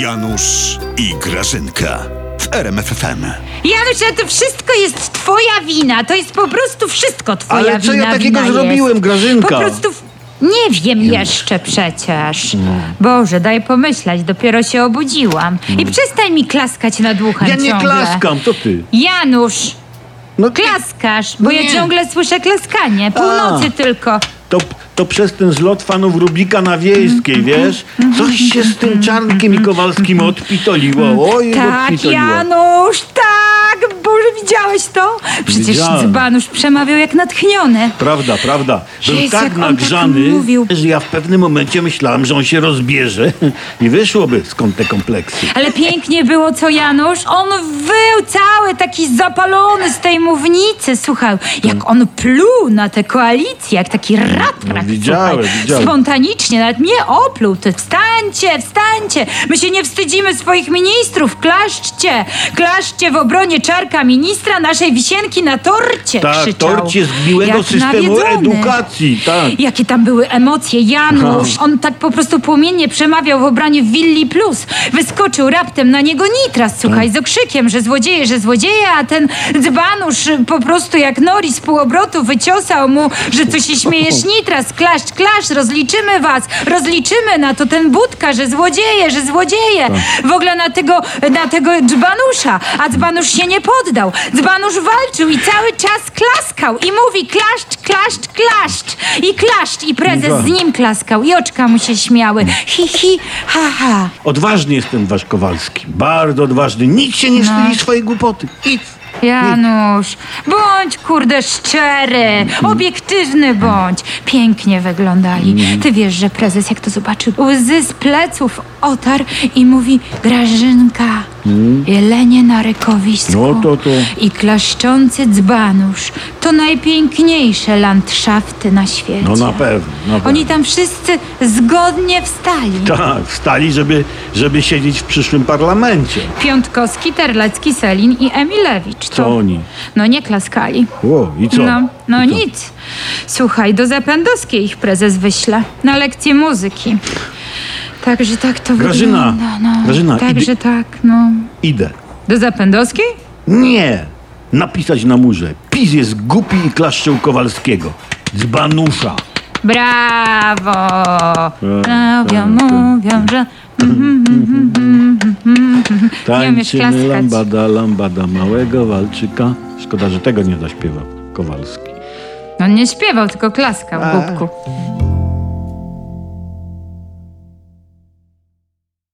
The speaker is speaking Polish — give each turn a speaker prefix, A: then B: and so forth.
A: Janusz i Grażynka w RMFFM.
B: Janusz, a to wszystko jest twoja wina. To jest po prostu wszystko twoja wina.
C: Ale co ja takiego
B: wina
C: zrobiłem,
B: jest.
C: Grażynka?
B: Po prostu... w- Nie wiem jeszcze przecież.
C: No.
B: Boże, daj pomyśleć, dopiero się obudziłam. I przestań mi klaskać na ducha
C: No. Ja nie
B: ciągle.
C: klaskam, to ty.
B: Janusz,
C: No
B: klaskasz, bo
C: Nie.
B: ja ciągle słyszę klaskanie. Północy
C: A.
B: tylko.
C: To, to przez ten zlot fanów Rubika na
B: Mm-hmm.
C: Wiejskiej, wiesz? Coś się z tym Czarnkiem i Kowalskim odpitoliło. Oj,
B: Tak,
C: odpitoliło.
B: Janusz, tak! Boże, widziałeś to? Przecież
C: Widziałem.
B: Dzbanusz przemawiał jak natchniony.
C: Prawda, prawda. Był
B: Jezu,
C: tak
B: jak on tak
C: nagrzany,
B: mówił.
C: że ja w pewnym momencie myślałem, że on się rozbierze i wyszłoby skąd te kompleksy.
B: Ale pięknie było co Janusz. On wył cały taki zapalony z tej mównicy. Słuchaj,
C: Mm.
B: jak on pluł na tę koalicję, jak taki ratrak.
C: No, widziałem,
B: słuchaj.
C: widziałem.
B: Spontanicznie, nawet mnie opluł. Ty wstańcie, wstańcie. My się nie wstydzimy swoich ministrów. Klaszczcie, klaszczcie w obronie czarka ministra naszej wisienki na torcie.
C: Tak,
B: krzyczał.
C: torcie zgniłego
B: Jak
C: systemu
B: nawiedzony.
C: edukacji, tak.
B: Jakie tam były emocje, Janusz. On tak po prostu płomiennie przemawiał w obranie Willi Plus. Wyskoczył raptem na niego Nitras, słuchaj, z okrzykiem, że złodzieje, że złodzieje, a ten dzbanusz y, po prostu jak Nori z półobrotu wyciosał mu, że co się śmiejesz Nitras, klaszcz, klaszcz, rozliczymy was, rozliczymy na to ten Budka, że złodzieje, że złodzieje. W ogóle na tego, na tego dzbanusza, a dzbanusz się nie poddał. Dzbanusz walczył i cały czas klaskał i mówi klaszcz, klaszcz, klaszcz i klaszcz i prezes z nim klaskał i oczka mu się śmiały. Hi, hi, ha, ha.
C: Odważny jest ten wasz Kowalski. Bardzo odważny. Nikt się nie
B: No.
C: wstydzi swojej głupoty. Nic.
B: Janusz, bądź kurde szczery, obiektywny bądź. Pięknie
C: Mhm.
B: wyglądali. Ty wiesz, że prezes jak to zobaczył, łzy z pleców otarł i mówi Grażynka, jelenie na rykowisku
C: Mhm. No to to.
B: i klaszczący dzbanusz. To najpiękniejsze landszafty na świecie.
C: No na pewno. Na pewno.
B: Oni tam wszyscy zgodnie wstali.
C: Tak, wstali, żeby, żeby siedzieć w przyszłym parlamencie.
B: Piątkowski, Terlecki, Selin i Emilewicz. To...
C: Co oni?
B: No nie klaskali.
C: O, i co?
B: No, no
C: I co?
B: nic. Słuchaj, do Zapędowskiej ich prezes wyśle na lekcję muzyki. Także tak to
C: Grażyna,
B: wygląda. No.
C: Grażyna,
B: Także
C: idy-
B: tak, no.
C: Idę.
B: Do Zapędowskiej?
C: Nie! Napisać na murze. PiS jest głupi i klaszczył Kowalskiego. Dzbanusza.
B: Brawo!
C: tak,
B: Mówią,
C: tak.
B: mówią, że... Mhm, mhm, mhm, mhm, mhm. Nie umiesz
C: Tańczymy
B: klaskać.
C: lambada, lambada małego walczyka. Szkoda, że tego nie zaśpiewał Kowalski.
B: No, On nie śpiewał, tylko klaskał w
C: A.
B: gubku.